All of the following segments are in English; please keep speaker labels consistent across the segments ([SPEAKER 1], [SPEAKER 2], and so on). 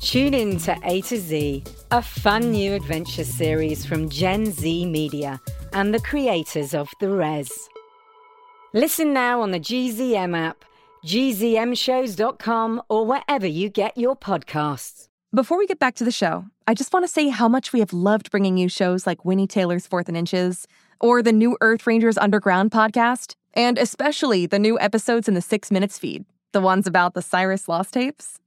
[SPEAKER 1] Tune in to A to Z, a fun new adventure series from Gen Z Media and the creators of The Res. Listen now on the GZM app, gzmshows.com, or wherever you get your podcasts.
[SPEAKER 2] Before we get back to the show, I just want to say how much we have loved bringing you shows like Winnie Taylor's Fourth and Inches or the new Earth Rangers Underground podcast, and especially the new episodes in the Six Minutes feed, the ones about the Cyrus Lost tapes.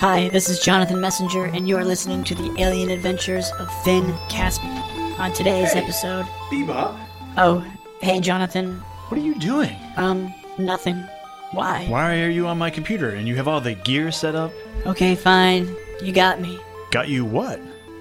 [SPEAKER 3] Hi, this is Jonathan Messenger, and you're listening to the alien adventures of Finn Caspian. On today's episode.
[SPEAKER 4] Bebop,
[SPEAKER 3] Oh, hey, Jonathan.
[SPEAKER 4] what are you doing?
[SPEAKER 3] Um, nothing. Why?
[SPEAKER 4] Why are you on my computer and you have all the gear set up?
[SPEAKER 3] Okay, fine. You got me.
[SPEAKER 4] Got you what?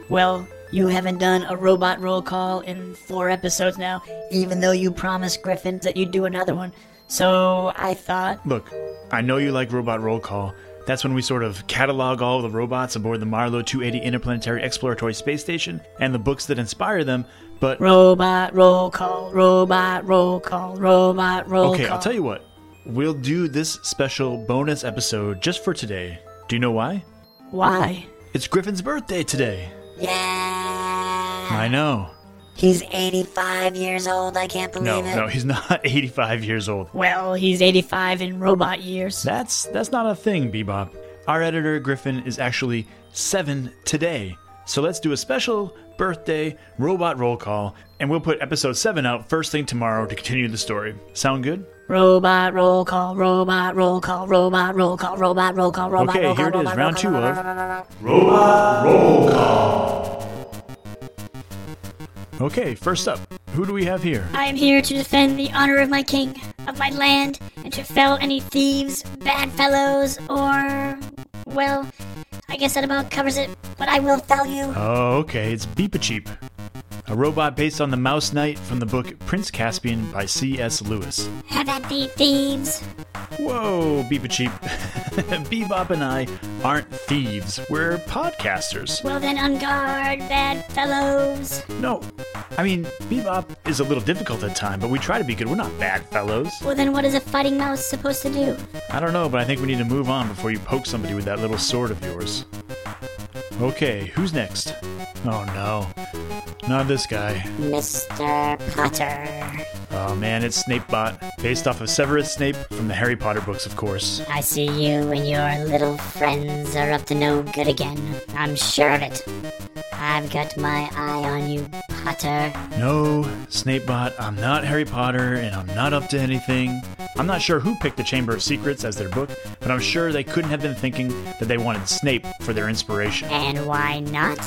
[SPEAKER 3] Well, you haven't done a robot roll call in four episodes now, even though you promised Griffin that you'd do another one. So I thought.
[SPEAKER 4] Look, I know you like Robot Roll Call. That's when we sort of catalog all the robots aboard the Marlow 280 Interplanetary Exploratory Space Station and the books that inspire them, but.
[SPEAKER 3] Robot roll call, robot roll call, robot roll
[SPEAKER 4] okay,
[SPEAKER 3] call.
[SPEAKER 4] I'll tell you what. We'll do this special bonus episode just for today. Do you know why?
[SPEAKER 3] Why?
[SPEAKER 4] It's Griffin's birthday today.
[SPEAKER 3] Yeah!
[SPEAKER 4] I know.
[SPEAKER 3] He's 85 years old, I can't
[SPEAKER 4] No,
[SPEAKER 3] believe it.
[SPEAKER 4] no, he's not 85 years old.
[SPEAKER 3] Well, he's 85 in robot years.
[SPEAKER 4] That's that's not a thing, Bebop. Our editor Griffin is actually seven today. So let's do a special birthday robot roll call, and we'll put episode seven out first thing tomorrow to continue the story. Sound good?
[SPEAKER 3] Robot roll call, robot roll call, robot roll call, robot roll call, robot
[SPEAKER 4] okay,
[SPEAKER 3] roll call.
[SPEAKER 4] here it is,
[SPEAKER 3] robot
[SPEAKER 4] round
[SPEAKER 3] roll
[SPEAKER 4] two
[SPEAKER 3] call,
[SPEAKER 4] of
[SPEAKER 3] robot roll call.
[SPEAKER 4] Okay, first up, who do we have here?
[SPEAKER 5] I am here to defend the honor of my king, of my land, and to fell any thieves, bad fellows, or. Well, I guess that about covers it, but I will fell you.
[SPEAKER 4] Oh, okay, it's Beepa Cheep, a robot based on the Mouse Knight from the book Prince Caspian by C.S. Lewis.
[SPEAKER 5] Have at thee, thieves.
[SPEAKER 4] Whoa, Beepa Cheep. Bebop and I aren't thieves, we're podcasters.
[SPEAKER 5] Well then, unguard, bad fellows.
[SPEAKER 4] No, I mean, Bebop is a little difficult at time, but we try to be good. We're not bad fellows.
[SPEAKER 5] Well then, what is a fighting mouse supposed to do?
[SPEAKER 4] I don't know, but I think we need to move on before you poke somebody with that little sword of yours. Okay, who's next? Oh no, not this guy.
[SPEAKER 3] Mr. Potter.
[SPEAKER 4] Oh man, it's Snapebot, based off of Severus Snape from the Harry Potter books, of course.
[SPEAKER 3] I see you and your little friends are up to no good again. I'm sure of it. I've got my eye on you, Potter.
[SPEAKER 4] No, Snapebot, I'm not Harry Potter, and I'm not up to anything. I'm not sure who picked the Chamber of Secrets as their book, but I'm sure they couldn't have been thinking that they wanted Snape for their inspiration.
[SPEAKER 3] And why not?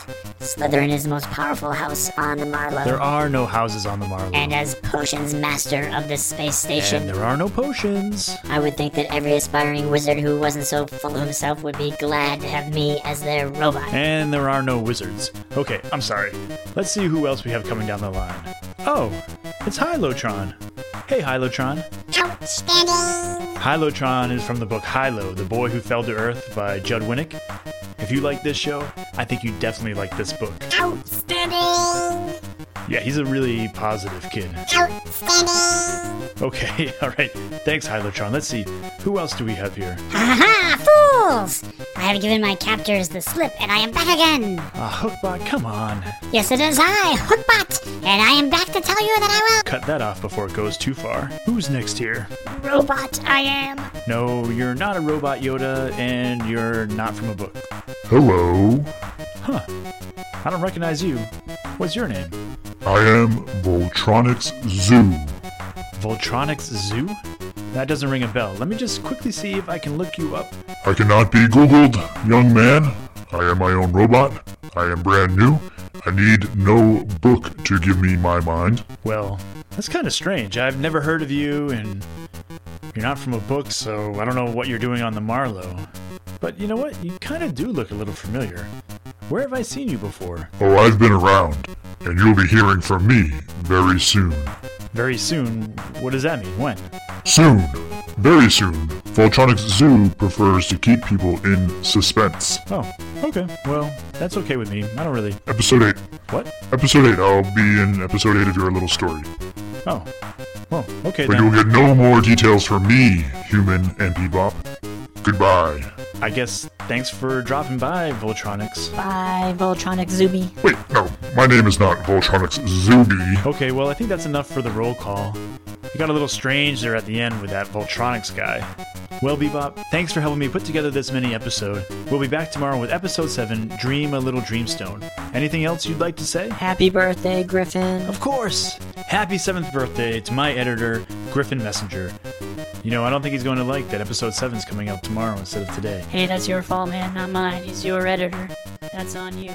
[SPEAKER 3] Slytherin is the most powerful house on the Marlow.
[SPEAKER 4] There are no houses on the Marlow.
[SPEAKER 3] and as potions master of the space
[SPEAKER 4] And
[SPEAKER 3] station,
[SPEAKER 4] there are no potions.
[SPEAKER 3] I would think that every aspiring wizard who wasn't so full of himself would be glad to have me as their robot.
[SPEAKER 4] And there are no wizards. Okay, I'm sorry. Let's see who else we have coming down the line. Oh, it's Hylotron. Hey, Hylotron.
[SPEAKER 5] Outstanding.
[SPEAKER 4] Hylotron is from the book Hylo, The Boy Who Fell to Earth by Judd Winnick. If you like this show, I think you definitely like this book.
[SPEAKER 5] Outstanding.
[SPEAKER 4] Yeah, he's a really positive kid.
[SPEAKER 5] Outstanding.
[SPEAKER 4] Okay, all right. Thanks, Hylotron. Let's see. Who else do we have here?
[SPEAKER 5] Aha, fools! I have given my captors the slip, and I am back again.
[SPEAKER 4] Ah, Hookbot, come on.
[SPEAKER 5] Yes, it is I, Hookbot, and I am back to tell you that I will.
[SPEAKER 4] Cut that off before it goes too far. Who's next here?
[SPEAKER 5] Robot I am.
[SPEAKER 4] No, you're not a robot Yoda, and you're not from a book.
[SPEAKER 6] Hello.
[SPEAKER 4] Huh. I don't recognize you. What's your name?
[SPEAKER 6] I am Voltronics Zoo.
[SPEAKER 4] Voltronics Zoo? That doesn't ring a bell. Let me just quickly see if I can look you up.
[SPEAKER 6] I cannot be Googled, young man. I am my own robot. I am brand new. I need no book to give me my mind.
[SPEAKER 4] Well, that's kind of strange. I've never heard of you, and you're not from a book, so I don't know what you're doing on the Marlow. But you know what? You kind of do look a little familiar. Where have I seen you before?
[SPEAKER 6] Oh, I've been around, and you'll be hearing from me very soon.
[SPEAKER 4] Very soon. What does that mean? When?
[SPEAKER 6] Soon, very soon, Voltronics Zoo prefers to keep people in suspense.
[SPEAKER 4] Oh, okay. Well, that's okay with me. I don't really.
[SPEAKER 6] Episode 8.
[SPEAKER 4] What?
[SPEAKER 6] Episode 8. I'll be in episode 8 of your little story.
[SPEAKER 4] Oh. Well, okay
[SPEAKER 6] But
[SPEAKER 4] then.
[SPEAKER 6] you'll get no more details from me, human and bebop. Goodbye.
[SPEAKER 4] I guess thanks for dropping by, Voltronics.
[SPEAKER 3] Bye, Voltronic Zuby.
[SPEAKER 6] Wait, no, my name is not Voltronics Zuby.
[SPEAKER 4] Okay, well, I think that's enough for the roll call. It got a little strange there at the end with that Voltronics guy. Well, Bebop, thanks for helping me put together this mini episode. We'll be back tomorrow with episode 7 Dream a Little Dreamstone. Anything else you'd like to say?
[SPEAKER 3] Happy birthday, Griffin.
[SPEAKER 4] Of course! Happy 7th birthday to my editor, Griffin Messenger. You know, I don't think he's going to like that episode 7's coming out tomorrow instead of today.
[SPEAKER 3] Hey, that's your fault, man, not mine. He's your editor. That's on you.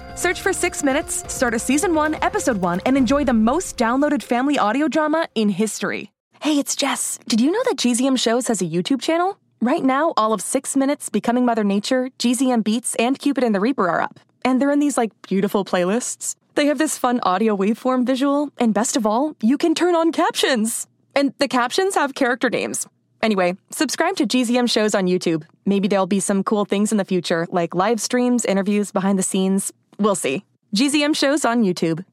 [SPEAKER 2] Search for Six Minutes, start a season one, episode one, and enjoy the most downloaded family audio drama in history. Hey, it's Jess. Did you know that GZM Shows has a YouTube channel? Right now, all of Six Minutes, Becoming Mother Nature, GZM Beats, and Cupid and the Reaper are up. And they're in these, like, beautiful playlists. They have this fun audio waveform visual, and best of all, you can turn on captions. And the captions have character names. Anyway, subscribe to GZM shows on YouTube. Maybe there'll be some cool things in the future, like live streams, interviews, behind the scenes. We'll see. GZM shows on YouTube.